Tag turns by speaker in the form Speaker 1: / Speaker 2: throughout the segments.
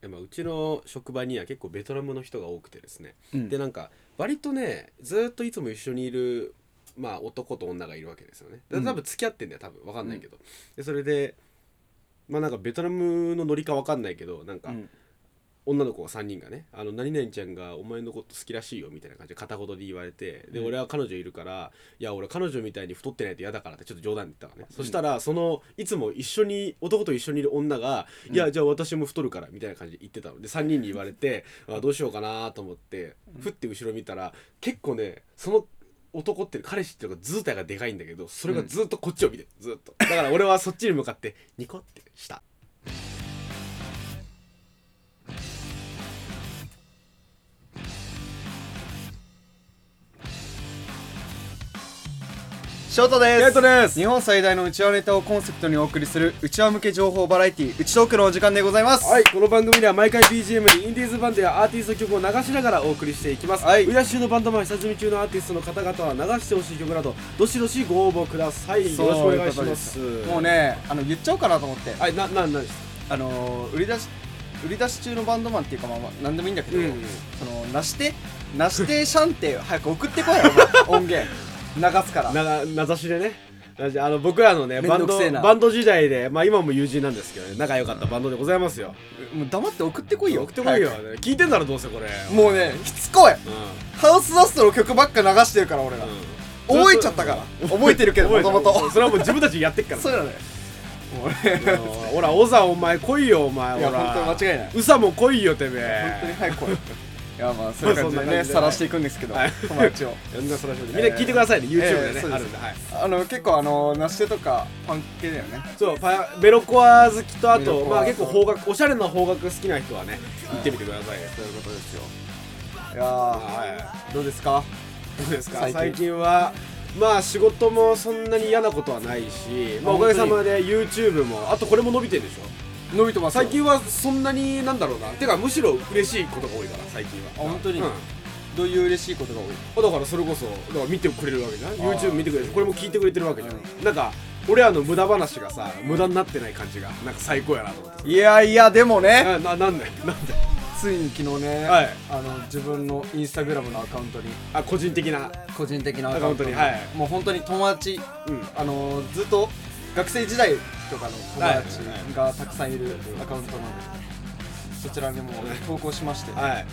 Speaker 1: でまあうちの職場には結構ベトナムの人が多くてですね、
Speaker 2: うん
Speaker 1: でなんか割とねずっといつも一緒にいる、まあ、男と女がいるわけですよねで
Speaker 2: うん
Speaker 1: 多分付き合ってんだよ多分分かんないけど、でそれでまあなんかベトナムのノリか分かんないけどなんか
Speaker 2: うん
Speaker 1: 女の子が3人がね「あの何々ちゃんがお前のこと好きらしいよ」みたいな感じで片言で言われてで、
Speaker 2: うん
Speaker 1: 俺は彼女いるから「いや俺彼女みたいに太ってないと嫌だから」ってちょっと冗談で言ったのね、そしたらそのいつも一緒に男と一緒にいる女が「いやじゃあ私も太るから」みたいな感じで言ってたので3人に言われてあどうしようかなと思ってふって後ろ見たら結構ねその男って彼氏っていうのが図体がでかいんだけどそれがずっとこっちを見てるずっとだから俺はそっちに向かってニコってした
Speaker 2: ショートです
Speaker 1: ゲートです
Speaker 2: 日本最大のうちわネタをコンセプトにお送りするうちわ向け情報バラエティうちトークのお時間でございます
Speaker 1: はい、この番組では毎回 BGM にインディーズバンドやアーティスト曲を流しながらお送りしていきます。
Speaker 2: はい
Speaker 1: 売り出し中のバンドマン、下積み中のアーティストの方々は流してほしい曲など、どしどしご応募ください。よろしくお願いします。
Speaker 2: もう。ねあの言っちゃおうかなと思って
Speaker 1: はい、な、な、なです。
Speaker 2: あのー売り出し売り出し中のバンドマンっていうかまあまあ何でもいいんだけど、
Speaker 1: うんうん
Speaker 2: そのなしてなしてシャンテ早く送って こいよお前音源流すから
Speaker 1: なが、名指しでね。名指しあの僕らのね
Speaker 2: めん
Speaker 1: バ
Speaker 2: ど
Speaker 1: ン
Speaker 2: く
Speaker 1: ド
Speaker 2: せえな
Speaker 1: バンド時代で、まあ、今も友人なんですけどね仲良かったバンドでございますよ。
Speaker 2: もう黙って送ってこいよ
Speaker 1: 送ってこいよ
Speaker 2: 早。
Speaker 1: 聞いてんだろどうせこれ。
Speaker 2: くもうねしつこい
Speaker 1: うん、
Speaker 2: ハウスダストの曲ばっか流してるから俺ら、
Speaker 1: うん
Speaker 2: 覚えちゃったから覚えてるけど
Speaker 1: 覚え
Speaker 2: も
Speaker 1: た
Speaker 2: ともと
Speaker 1: それはもう自分たちでやってっ から
Speaker 2: そうだねもうね
Speaker 1: あの ほら、オザお前来いよ、お前。
Speaker 2: いや
Speaker 1: ほら
Speaker 2: 本当に間違いない
Speaker 1: ウサも来いよ、てめ
Speaker 2: 本当に
Speaker 1: え。
Speaker 2: 早く来いいやまあそういう感じ
Speaker 1: ま
Speaker 2: で
Speaker 1: あそんな
Speaker 2: ね
Speaker 1: 感じで
Speaker 2: さらしていくんですけど、
Speaker 1: はい
Speaker 2: 友達を
Speaker 1: いやみんなそらしいみんな聞いてくださいね、
Speaker 2: え
Speaker 1: YouTube
Speaker 2: ー
Speaker 1: で
Speaker 2: えーそう
Speaker 1: ね、
Speaker 2: です
Speaker 1: あるんで。はい
Speaker 2: あの結構あのなしてとかパン系だよね
Speaker 1: そう、パベロコア好きと、あ
Speaker 2: ベロ
Speaker 1: と、
Speaker 2: コア
Speaker 1: まあ結構方角、おしゃれな方角好きな人はね、行ってみてくださいよ。
Speaker 2: ということですよいやー、
Speaker 1: は
Speaker 2: どうですか
Speaker 1: い。どうですか
Speaker 2: 最近
Speaker 1: 最近は、まあ仕事もそんなに嫌なことはないし、まあおかげさまで YouTube も、あとこれも伸びてるでしょ。
Speaker 2: 伸びてますよ
Speaker 1: 最近はそんなになんだろうな。てか、むしろ嬉しいことが多いから、最近は。
Speaker 2: あ本当に
Speaker 1: うん
Speaker 2: どういう嬉しいことが多い
Speaker 1: あだからそれこそだから見てくれるわけじゃん
Speaker 2: ー
Speaker 1: YouTube 見てくれるこれも聞いてくれてるわけじゃん、なんか俺らの無駄話がさ無駄になってない感じがなんか最高やなと思って
Speaker 2: いやいやでもね
Speaker 1: あななんだよ なんだよ
Speaker 2: ついに昨日ね、
Speaker 1: はい
Speaker 2: あの自分のインスタグラムのアカウントに
Speaker 1: あ個人的な
Speaker 2: 個人的なアカウントに
Speaker 1: アカウントにはい
Speaker 2: もう本当に友達
Speaker 1: うん
Speaker 2: あのずっと学生時代とかの友達
Speaker 1: はいはい
Speaker 2: がたくさんいるアカウントなのでそちらにも投稿しまして
Speaker 1: はい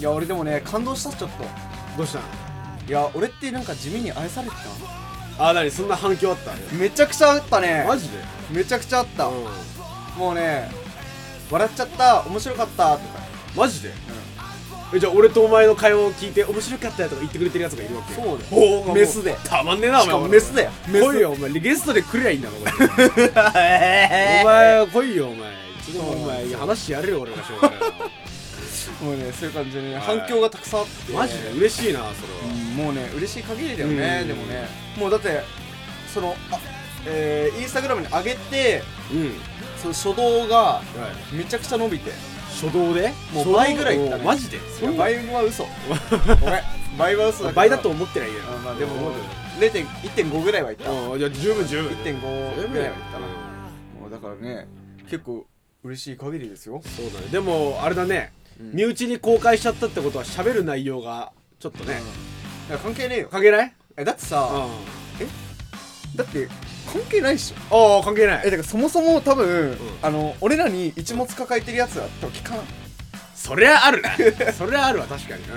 Speaker 2: いや俺でもね感動したちょっと
Speaker 1: どうしたん
Speaker 2: いや俺ってなんか地味に愛されてた
Speaker 1: あなにそんな反響あった
Speaker 2: めちゃくちゃあったね
Speaker 1: マジで
Speaker 2: めちゃくちゃあった、
Speaker 1: うん
Speaker 2: もうね笑っちゃった面白かったとか、
Speaker 1: マジでえじゃあ俺とお前の会話を聞いて面白かったよとか言ってくれてるやつがいるわけ
Speaker 2: そうだよ
Speaker 1: おーもう
Speaker 2: メスで
Speaker 1: たまんねえなお
Speaker 2: し
Speaker 1: 前
Speaker 2: かもメスだよメス
Speaker 1: 来い よお前ゲストで来りゃいいんだろこれお
Speaker 2: お
Speaker 1: 前来いよお前ちょっとお
Speaker 2: そう
Speaker 1: 前話してやれよ俺がしょうがないな
Speaker 2: もうねそういう感じでね、
Speaker 1: はい
Speaker 2: 反響がたくさんあって
Speaker 1: マジで嬉しいなそれ
Speaker 2: う
Speaker 1: は、
Speaker 2: んもうね嬉しい限りだよね、
Speaker 1: うん
Speaker 2: でもねもうだってそのあえーインスタグラムに上げて
Speaker 1: うん
Speaker 2: その初動が
Speaker 1: はい、
Speaker 2: めちゃくちゃ伸びて
Speaker 1: 初動で
Speaker 2: もう倍ぐらいいったね
Speaker 1: マジで
Speaker 2: いや
Speaker 1: 倍
Speaker 2: 倍は 嘘ごめん倍は嘘だけど
Speaker 1: 倍だと思ってないよ
Speaker 2: あ、まあ、で
Speaker 1: でも
Speaker 2: も
Speaker 1: 思う
Speaker 2: 0.1.5ぐらいはいった、
Speaker 1: うんいや十分十分
Speaker 2: 1.5ぐらいはいったな、も
Speaker 1: うん
Speaker 2: うだからね結構嬉しい限りですよ
Speaker 1: そうだねでもあれだね、
Speaker 2: うん
Speaker 1: 身内に公開しちゃったってことは喋る内容がちょっとね、
Speaker 2: いや関係ねえよ
Speaker 1: 関係ない
Speaker 2: えだって
Speaker 1: あ
Speaker 2: さ、だって関係ないっしょ
Speaker 1: あ関係な
Speaker 2: えだ
Speaker 1: い
Speaker 2: からそもそも多分、
Speaker 1: ん
Speaker 2: あの俺らに一物抱えてるやつは多分聞かない
Speaker 1: そりゃあるな そりゃあるわ確かに、
Speaker 2: きっ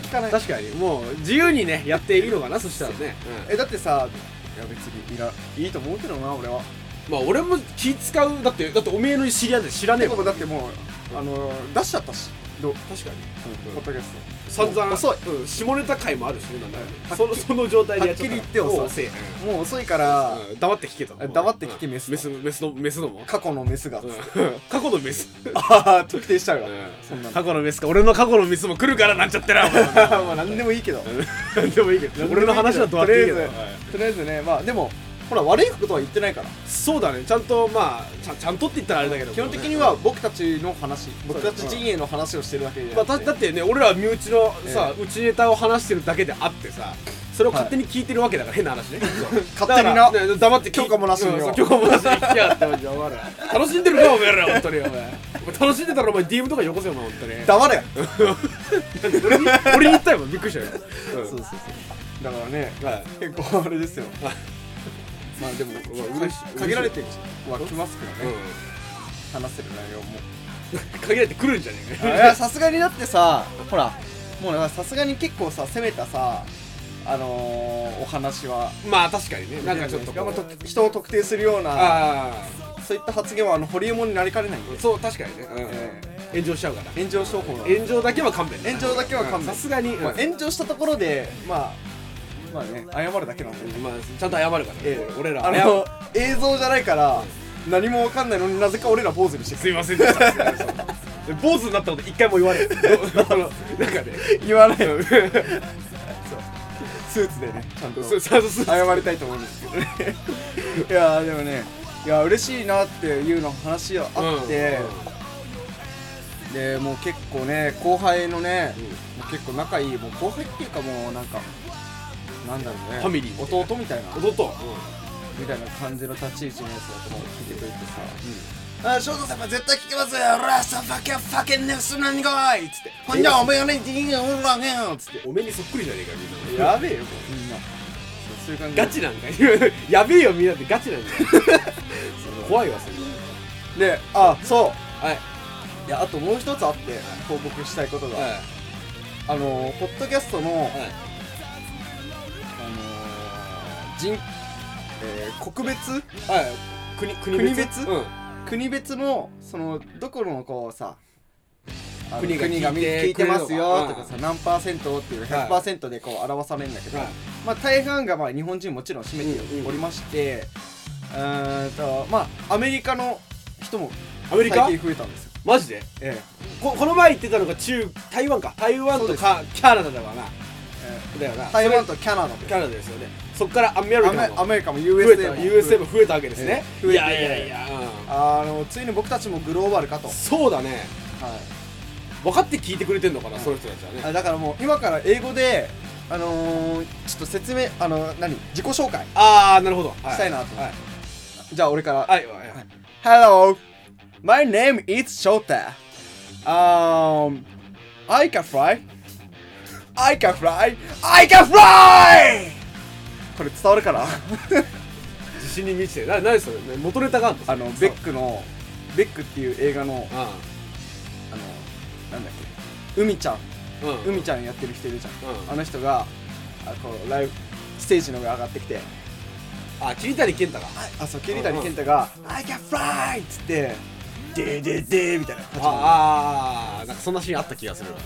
Speaker 2: と聞かない
Speaker 1: 確かにもう自由にねやっていいのかなそしたらね、
Speaker 2: えだってさいや別にいらいいと思うけどな俺は
Speaker 1: まあ俺も気使うだってだっておめえの知り合いで知らねえ
Speaker 2: で
Speaker 1: もん
Speaker 2: もだってもうあの出しちゃったしどう
Speaker 1: 確かに
Speaker 2: ポッドキャス
Speaker 1: 散々
Speaker 2: 遅い
Speaker 1: うん、下ネタ回もあるしねなんならね
Speaker 2: はっき
Speaker 1: そのその状態でやっ
Speaker 2: はっきり言ってよ
Speaker 1: 遅い
Speaker 2: トもう遅いから、
Speaker 1: うん黙って聞けと
Speaker 2: 黙って聞け
Speaker 1: うん
Speaker 2: メス
Speaker 1: メスメスのメスのも
Speaker 2: 過去のメスが、
Speaker 1: うん過去のメ ス
Speaker 2: ああ特定しちゃうわ、そんなの
Speaker 1: 過去のメスか俺の過去のメスも来るからなんちゃってな
Speaker 2: まあ 何でもいいけど
Speaker 1: 何でもいいけど 俺の話はどうや
Speaker 2: と
Speaker 1: って
Speaker 2: り
Speaker 1: い
Speaker 2: あ
Speaker 1: いけ
Speaker 2: えず
Speaker 1: どはい
Speaker 2: とりあえずねまあでもほら悪いことは言ってないから
Speaker 1: そうだねちゃんとまあちゃんちゃんとって言ったらあれだけど
Speaker 2: 基本的に
Speaker 1: う
Speaker 2: は
Speaker 1: ん
Speaker 2: 僕たちの話僕たち陣営の話をしてるだけで
Speaker 1: まあ、だだってね俺ら身内のさ、
Speaker 2: え
Speaker 1: 内ネタを話してるだけであってさそれを勝手に聞いてるわけだから変な 話ね
Speaker 2: 勝手にな
Speaker 1: だからね黙って聞い
Speaker 2: 許可もなしによ
Speaker 1: うんそう許可もなしに聞きやがってマジでお前ら楽しんでるかお前 ら本当にお前お前楽しんでたらお前 DM とかよこせよお前本当に
Speaker 2: 黙れ
Speaker 1: 俺に 俺に言ったよお前びっくりしたよ、うん
Speaker 2: そうだからね
Speaker 1: はい
Speaker 2: 結構あれですよ まあ でも
Speaker 1: うわ嬉しい
Speaker 2: 限られてはきますけどね
Speaker 1: う
Speaker 2: 話せる内容も
Speaker 1: ん限られてくるんじゃねえ
Speaker 2: い
Speaker 1: かよ
Speaker 2: やさすがにだってさほらもうなんかさすがに結構さ攻めたさあのーお話は
Speaker 1: まあ確かにねなんかちょっとこう
Speaker 2: まあと人を特定するような
Speaker 1: あ
Speaker 2: そういった発言はあの堀エモ門になりかねないんで
Speaker 1: あそう確かにね、うん
Speaker 2: え
Speaker 1: 炎上しちゃうから
Speaker 2: 炎上商法なの
Speaker 1: 炎上だけは勘弁ね
Speaker 2: 炎上だけは勘弁
Speaker 1: さすがに、うん
Speaker 2: まあ炎上したところでまあまあね謝るだけなんで
Speaker 1: まあ、ちゃんと謝るからね、
Speaker 2: ええ
Speaker 1: 俺ら
Speaker 2: あ
Speaker 1: 謝る
Speaker 2: の映像じゃないから何もわかんないのになぜか俺ら坊主にして
Speaker 1: すいませんでしたで坊主になったこと一回も言わ れないあのなんかね
Speaker 2: 言わないのそうスーツでねちゃんと
Speaker 1: そうそうそうそう
Speaker 2: 謝りたいと思うんですけど ねいやーでもねいやー嬉しいなっていうの話があって、でもう結構ね後輩のね、もう結構仲いいもう後輩っていうかもうなんかなんだろうね
Speaker 1: ファミリーみたいな
Speaker 2: 弟みたいな
Speaker 1: うん弟、
Speaker 2: みたいな感じの立ち位置のやつだともう聞いてくれてさあ翔太様絶対聞きますよ俺はさファケファケネス何がいっつってほんじゃお前がねディーンオンラゲンっつって
Speaker 1: おめえにそっくりじゃねえかみんな
Speaker 2: やべえよもうみんなそういう感じで
Speaker 1: ガチなんかやべえよみんなってガチなんだよ怖いわそれ
Speaker 2: であそう
Speaker 1: はい
Speaker 2: いやあともう一つあって報告したいことが、
Speaker 1: は
Speaker 2: あのーポッドキャストの、
Speaker 1: いはい
Speaker 2: あのー人えー国別
Speaker 1: はい国国
Speaker 2: 国別
Speaker 1: うん
Speaker 2: 国別のそのどこのこうさあの
Speaker 1: 国
Speaker 2: 国
Speaker 1: が
Speaker 2: が
Speaker 1: 聞いて
Speaker 2: み聞いてますよ
Speaker 1: くれるのか
Speaker 2: とかさ何パーセントっていう
Speaker 1: はい
Speaker 2: 100%でこう表されるんだけど、
Speaker 1: はい
Speaker 2: まあ、大半がまあ日本人もちろん占め
Speaker 1: うんう
Speaker 2: て
Speaker 1: ん
Speaker 2: おりまして、うーんとまあアメリカの人も
Speaker 1: アメリカ
Speaker 2: 最近増えたんですよ、
Speaker 1: マジで
Speaker 2: え
Speaker 1: ここの前言ってたのが中台湾か台湾
Speaker 2: そう
Speaker 1: と
Speaker 2: です
Speaker 1: かキャナダだわな
Speaker 2: ええ
Speaker 1: だよな
Speaker 2: え台湾
Speaker 1: そ
Speaker 2: とキャナダ
Speaker 1: れ
Speaker 2: で
Speaker 1: キャナダですよねそっからアメリ
Speaker 2: ア
Speaker 1: カ
Speaker 2: メア
Speaker 1: も
Speaker 2: メリカも
Speaker 1: 増え
Speaker 2: USA
Speaker 1: た
Speaker 2: も
Speaker 1: USA も増えたわけですね
Speaker 2: ええ増え
Speaker 1: い
Speaker 2: て
Speaker 1: やいやいやう
Speaker 2: あのついに僕たちもグローバルかと、
Speaker 1: ん
Speaker 2: は
Speaker 1: そうだね
Speaker 2: い
Speaker 1: 分かって聞いてくれてんのかな
Speaker 2: うん
Speaker 1: その人たちはね
Speaker 2: あ、だからもう今から英語で、あのー、ちょっと説明あの何自己紹介
Speaker 1: ああなるほどは
Speaker 2: したいなと
Speaker 1: はい
Speaker 2: じゃあ俺から、
Speaker 1: はいはいはい
Speaker 2: Hello my name is Shota um I can fly I can fly I can fly これ伝わる かな
Speaker 1: 自信に満ちてるな何それね元ネタがある
Speaker 2: あのベックのベックっていう映画のあのなんだっけ海ちゃん
Speaker 1: うんうん
Speaker 2: 海ちゃんやってる人いるじゃん、
Speaker 1: うん
Speaker 2: あの人があこうライブステージの上上がってきて
Speaker 1: あ桐谷健太が
Speaker 2: ああそう桐谷健太が「I can fly!」っつって「デーデーデー」みたいな感じ
Speaker 1: ああなんかそんなシーンあった気がするわ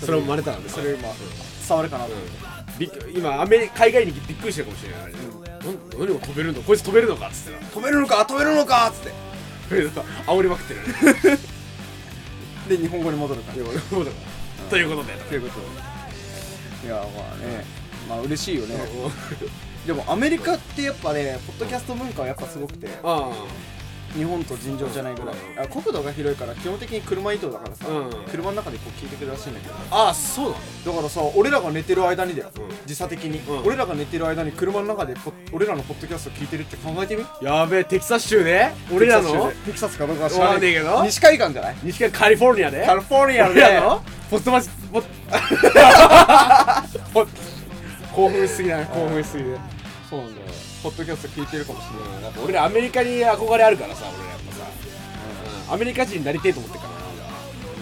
Speaker 1: それを真似たらね
Speaker 2: それ今伝わるかなと、
Speaker 1: びっく今アメリ海外に行ってびっくりしてるかもしれないあれねなん何が飛べるのこいつ飛べるのかっつってな
Speaker 2: 止めるのか止めるのかっつっ
Speaker 1: これさ煽りまくってるね
Speaker 2: てで日本語に戻るから
Speaker 1: でも俺もだからということで
Speaker 2: ということでいやまあねまあ嬉しいよね、でもアメリカってやっぱねポッドキャスト文化はやっぱすごくて
Speaker 1: あ
Speaker 2: 日本と尋常じゃないぐらい、
Speaker 1: うん
Speaker 2: あ国土が広いから基本的に車移動だからさ、
Speaker 1: うん
Speaker 2: 車の中でこう聞いてくるらしいんだけど
Speaker 1: ああそうなの
Speaker 2: だからさ俺らが寝てる間にだよ、
Speaker 1: うん
Speaker 2: 時差的に、
Speaker 1: うん
Speaker 2: 俺らが寝てる間に車の中でポッ俺らのポッドキャスト聞いてるって考えてみ
Speaker 1: やべえテキサス州ね俺らの
Speaker 2: テキサスかどうかは知らな
Speaker 1: わ
Speaker 2: い
Speaker 1: かんねえけど
Speaker 2: 西海岸じゃない
Speaker 1: 西海岸カリフォルニアで
Speaker 2: カリフォルニアの
Speaker 1: 俺らの
Speaker 2: ね
Speaker 1: ポットマスポッポッ興奮しすぎだね興奮しすぎで
Speaker 2: そうなんだよポッドキャスト聞いてるかもしれないな
Speaker 1: 俺らアメリカに憧れあるからさ俺らやっぱさうんアメリカ人になりてえと思ってるからな俺は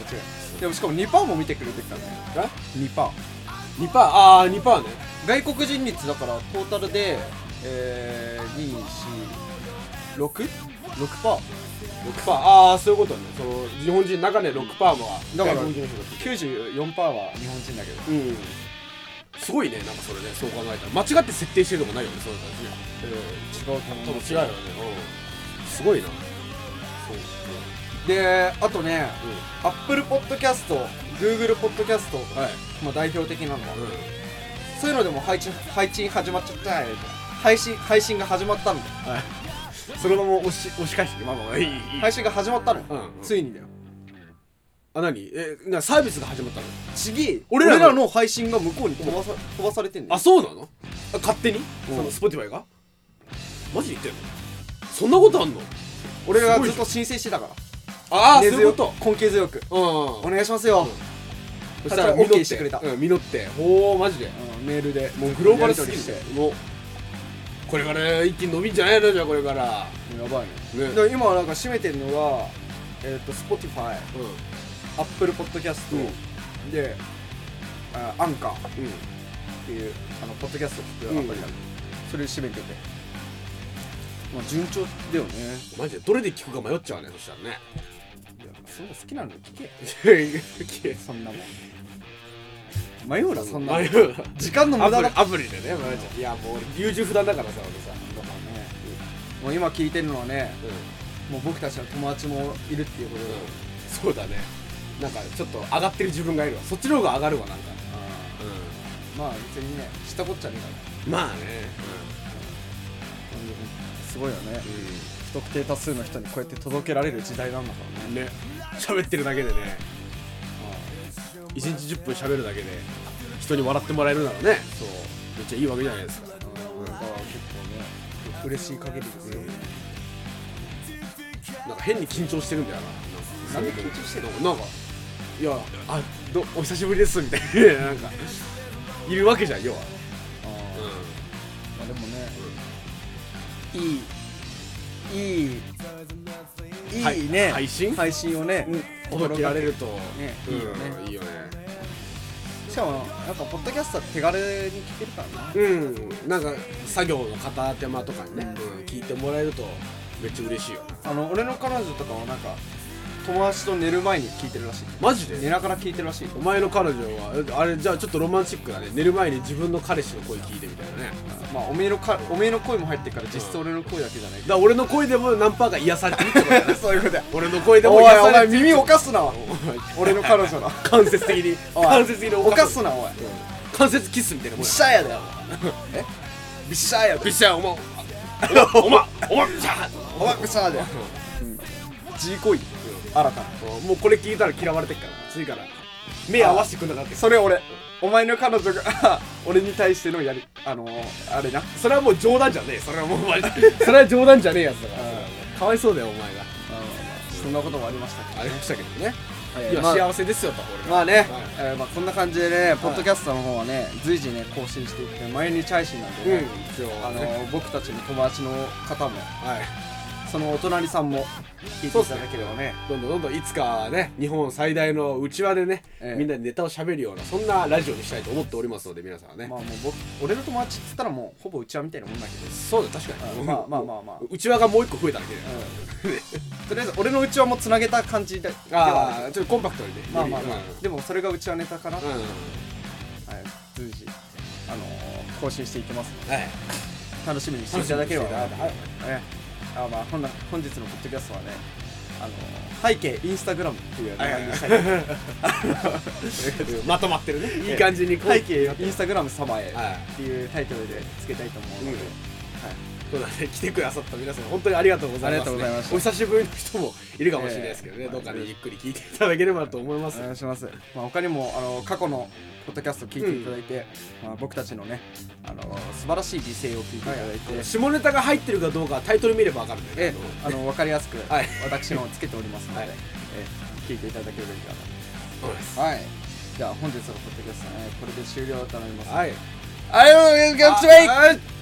Speaker 2: 間違いでもしかも2パーも見てくれてるからね
Speaker 1: あ
Speaker 2: 2パー
Speaker 1: 2パーああ2パーね
Speaker 2: 外国人率だからトータルでえー、246?6 パ
Speaker 1: 6パ
Speaker 2: ー
Speaker 1: ーああそういうことねその日本人の中で6パーもは
Speaker 2: だから
Speaker 1: 外国人の人だって
Speaker 2: 94パーは日本人だけど
Speaker 1: うんすごいねなんかそれねそう考えたら間違って設定してるとこないよねそういう感じね
Speaker 2: 違うと
Speaker 1: 多
Speaker 2: 思
Speaker 1: 分違うよねうんすごいなそう
Speaker 2: であとね
Speaker 1: うん
Speaker 2: アップルポッドキャスト、グーグルポッドキャスト、
Speaker 1: はい
Speaker 2: まあ代表的なのは、
Speaker 1: うん
Speaker 2: そういうのでも配信配信始まっちゃったよ配信配信が始まったんだよ
Speaker 1: はいそのまま押し押し返してまあまあいいいい
Speaker 2: 配信が始まったのよ、
Speaker 1: うんうん
Speaker 2: ついにだよ
Speaker 1: あ何えなサービスが始まったの
Speaker 2: 次
Speaker 1: 俺
Speaker 2: 俺
Speaker 1: ら
Speaker 2: ら
Speaker 1: の
Speaker 2: の配信が向こうに飛ばさ飛ばされてんね
Speaker 1: あそうなのあ勝手に
Speaker 2: うん
Speaker 1: その Spotify がマジで言ってんのそんなことあんの
Speaker 2: 俺ら
Speaker 1: す
Speaker 2: が
Speaker 1: ごい
Speaker 2: ず
Speaker 1: じ
Speaker 2: っ
Speaker 1: ゃん
Speaker 2: と申請してたから
Speaker 1: ああそうい
Speaker 2: 根
Speaker 1: う
Speaker 2: 強
Speaker 1: こ
Speaker 2: く
Speaker 1: と
Speaker 2: 根気強く
Speaker 1: う
Speaker 2: お
Speaker 1: ん
Speaker 2: 願いしますよ、
Speaker 1: そしたら
Speaker 2: そしたら OK
Speaker 1: 実って
Speaker 2: してくれた
Speaker 1: うん実ってほうマジで
Speaker 2: うんメールで
Speaker 1: もうグローバルす
Speaker 2: や
Speaker 1: ぎ
Speaker 2: り取
Speaker 1: て
Speaker 2: り
Speaker 1: もうこれから一気に伸びんじゃないのじゃあこれから
Speaker 2: やばいね
Speaker 1: ね
Speaker 2: だから今なんか締めてるのがえっ、と
Speaker 1: う
Speaker 2: Spotify
Speaker 1: ん
Speaker 2: Apple Podcast、であアンカーっ
Speaker 1: うん
Speaker 2: ていうあのポッドキャストっていうアプリがある、それで締めててまあ順調だよね
Speaker 1: マジでどれで聞くか迷っちゃうねそしたらね
Speaker 2: いやそんな好きなの聞け
Speaker 1: いや
Speaker 2: そんなもん迷うなそんなもん
Speaker 1: 迷うな
Speaker 2: 時間の無駄
Speaker 1: アプ
Speaker 2: だだ
Speaker 1: リ
Speaker 2: か
Speaker 1: アプリでねマジでいやもう優柔不断だからさ俺さ
Speaker 2: らねもう今聞いてるのはね
Speaker 1: うん
Speaker 2: もう僕たちの友達もいるっていうことで、
Speaker 1: そうだねなんかちょっと上がってる自分がいるわそっちの方が上がるわなんか
Speaker 2: あ
Speaker 1: う
Speaker 2: ーまあ別にね知ったこっちゃねえから
Speaker 1: んまあね
Speaker 2: すごいよね
Speaker 1: うん、
Speaker 2: 不特定多数の人にこうやって届けられる時代なんだからね
Speaker 1: ね喋ってるだけでね1日10分喋るだけで人に笑ってもらえるならねそうめっちゃいいわけじゃないですか
Speaker 2: うんだから結構ね嬉しい限りですよ、
Speaker 1: なんか変に緊張してるんだよな
Speaker 2: なんで緊張して
Speaker 1: るのなんかいやあどお久しぶりですみたい ななんかいるわけじゃん要は、
Speaker 2: あ
Speaker 1: うん
Speaker 2: ーまあでもね、いいいいいいね、
Speaker 1: はい配信
Speaker 2: 配信をね、
Speaker 1: 届けられると、
Speaker 2: ね
Speaker 1: うん
Speaker 2: いいよね
Speaker 1: いいよね
Speaker 2: しかもなんかポッドキャストは手軽に聞けるからな
Speaker 1: うんなんか作業の片手間とかにね、うん聞いてもらえるとめっちゃ嬉しいよ
Speaker 2: あの俺の彼女とかはなんか友達と寝る前に聞いてるらしい
Speaker 1: マジ
Speaker 2: 寝ながら聞いてるらしい
Speaker 1: お前の彼女はえあれじゃあちょっとロマンチックだね寝る前に自分の彼氏の声聞いてみたいなね
Speaker 2: まあおめえのかおめえの声も入ってるから実質俺の声だけじゃない
Speaker 1: だから俺の声でも何パーか癒されてるってことだね
Speaker 2: そういうことや
Speaker 1: 俺の声でも
Speaker 2: おい
Speaker 1: 癒
Speaker 2: お
Speaker 1: さ
Speaker 2: 前
Speaker 1: れてる
Speaker 2: 耳おかすな
Speaker 1: お前
Speaker 2: 俺の彼女 の
Speaker 1: 間接的に
Speaker 2: おい
Speaker 1: 間接的に
Speaker 2: おかす
Speaker 1: な
Speaker 2: なおい
Speaker 1: 間接キスみたいなもん
Speaker 2: ビ
Speaker 1: や
Speaker 2: シャやだよえビシャやだ
Speaker 1: び
Speaker 2: よ
Speaker 1: っしゃお前お前お前お前びっしゃ
Speaker 2: お前ビシャやだよ G コイン新たな
Speaker 1: うんもうこれ聞いたら嫌われてっから次から目合わせてくんなかった
Speaker 2: それ俺お前の彼女が 俺に対してのやりあのー、あれな
Speaker 1: それはもう冗談じゃねえそれはもうマジでそれは冗談じゃねえやつだからかわいそうだよお前が
Speaker 2: そんなこともありましたけど
Speaker 1: ありましたけどね
Speaker 2: はい
Speaker 1: いや
Speaker 2: まあ
Speaker 1: 幸せですよと俺
Speaker 2: ま
Speaker 1: は
Speaker 2: あね、えーまあ、こんな感じでね、ポッドキャストの方はね随時ね更新していって毎日配信なんで、ね
Speaker 1: 一応
Speaker 2: あの
Speaker 1: ね
Speaker 2: ー僕たちの友達の方も
Speaker 1: はい
Speaker 2: そのお隣さんも聞いていただければね
Speaker 1: どんどんどんどんいつかね日本最大のうちわでね
Speaker 2: ええ
Speaker 1: みんなでネタを喋るようなそんなラジオにしたいと思っておりますので皆さんはね
Speaker 2: まあもう僕俺の友達っつったらもうほぼうちわみたいなもんだけど、
Speaker 1: そうだ確か
Speaker 2: う
Speaker 1: に
Speaker 2: んまあまあまあまあ、
Speaker 1: うちわがもう一個増えただけで
Speaker 2: とりあえず俺のうちわもつなげた感じでではあ
Speaker 1: あ
Speaker 2: る
Speaker 1: あちょっとコンパクトにね
Speaker 2: まあまあまあ、
Speaker 1: う
Speaker 2: でもそれがうちわネタかな、
Speaker 1: ん
Speaker 2: はい、
Speaker 1: うん
Speaker 2: 随時あのー更新していきますので
Speaker 1: はい
Speaker 2: 楽しみにしていただければな
Speaker 1: 楽しみにしてい
Speaker 2: ねあまあ本な本日のポッドキャストはねあのー背景インスタグラムっていう名前にしたい
Speaker 1: まとまってるねいい感じにこう
Speaker 2: 背景インスタグラム様へ
Speaker 1: はい
Speaker 2: っていうタイトルでつけたいと思うの
Speaker 1: う
Speaker 2: で、
Speaker 1: んそうだね、来てくださった皆さん、本当にありがとうございます、
Speaker 2: ありがとう
Speaker 1: ね。
Speaker 2: ございました
Speaker 1: お久しぶりの人もいるかもしれないですけどね、
Speaker 2: ええ
Speaker 1: どうかね、ゆっくり聞いていただければと思います。
Speaker 2: お願いします、まあ、他にもあの過去のポッドキャスト聞いていただいて、まあ、僕たちのねあの素晴らしい美声を聞いていただいて、
Speaker 1: 下ネタが入ってるかどうかはタイトル見ればわかるんで
Speaker 2: え
Speaker 1: ね。
Speaker 2: あの分かりやすく、
Speaker 1: はい
Speaker 2: 私のをつけておりますので、
Speaker 1: はい
Speaker 2: え聞いていただければいいか
Speaker 1: そうです
Speaker 2: なはいじゃあ本日のポッドキャストはねこれで終了となります、
Speaker 1: はい。
Speaker 2: ありがとうございます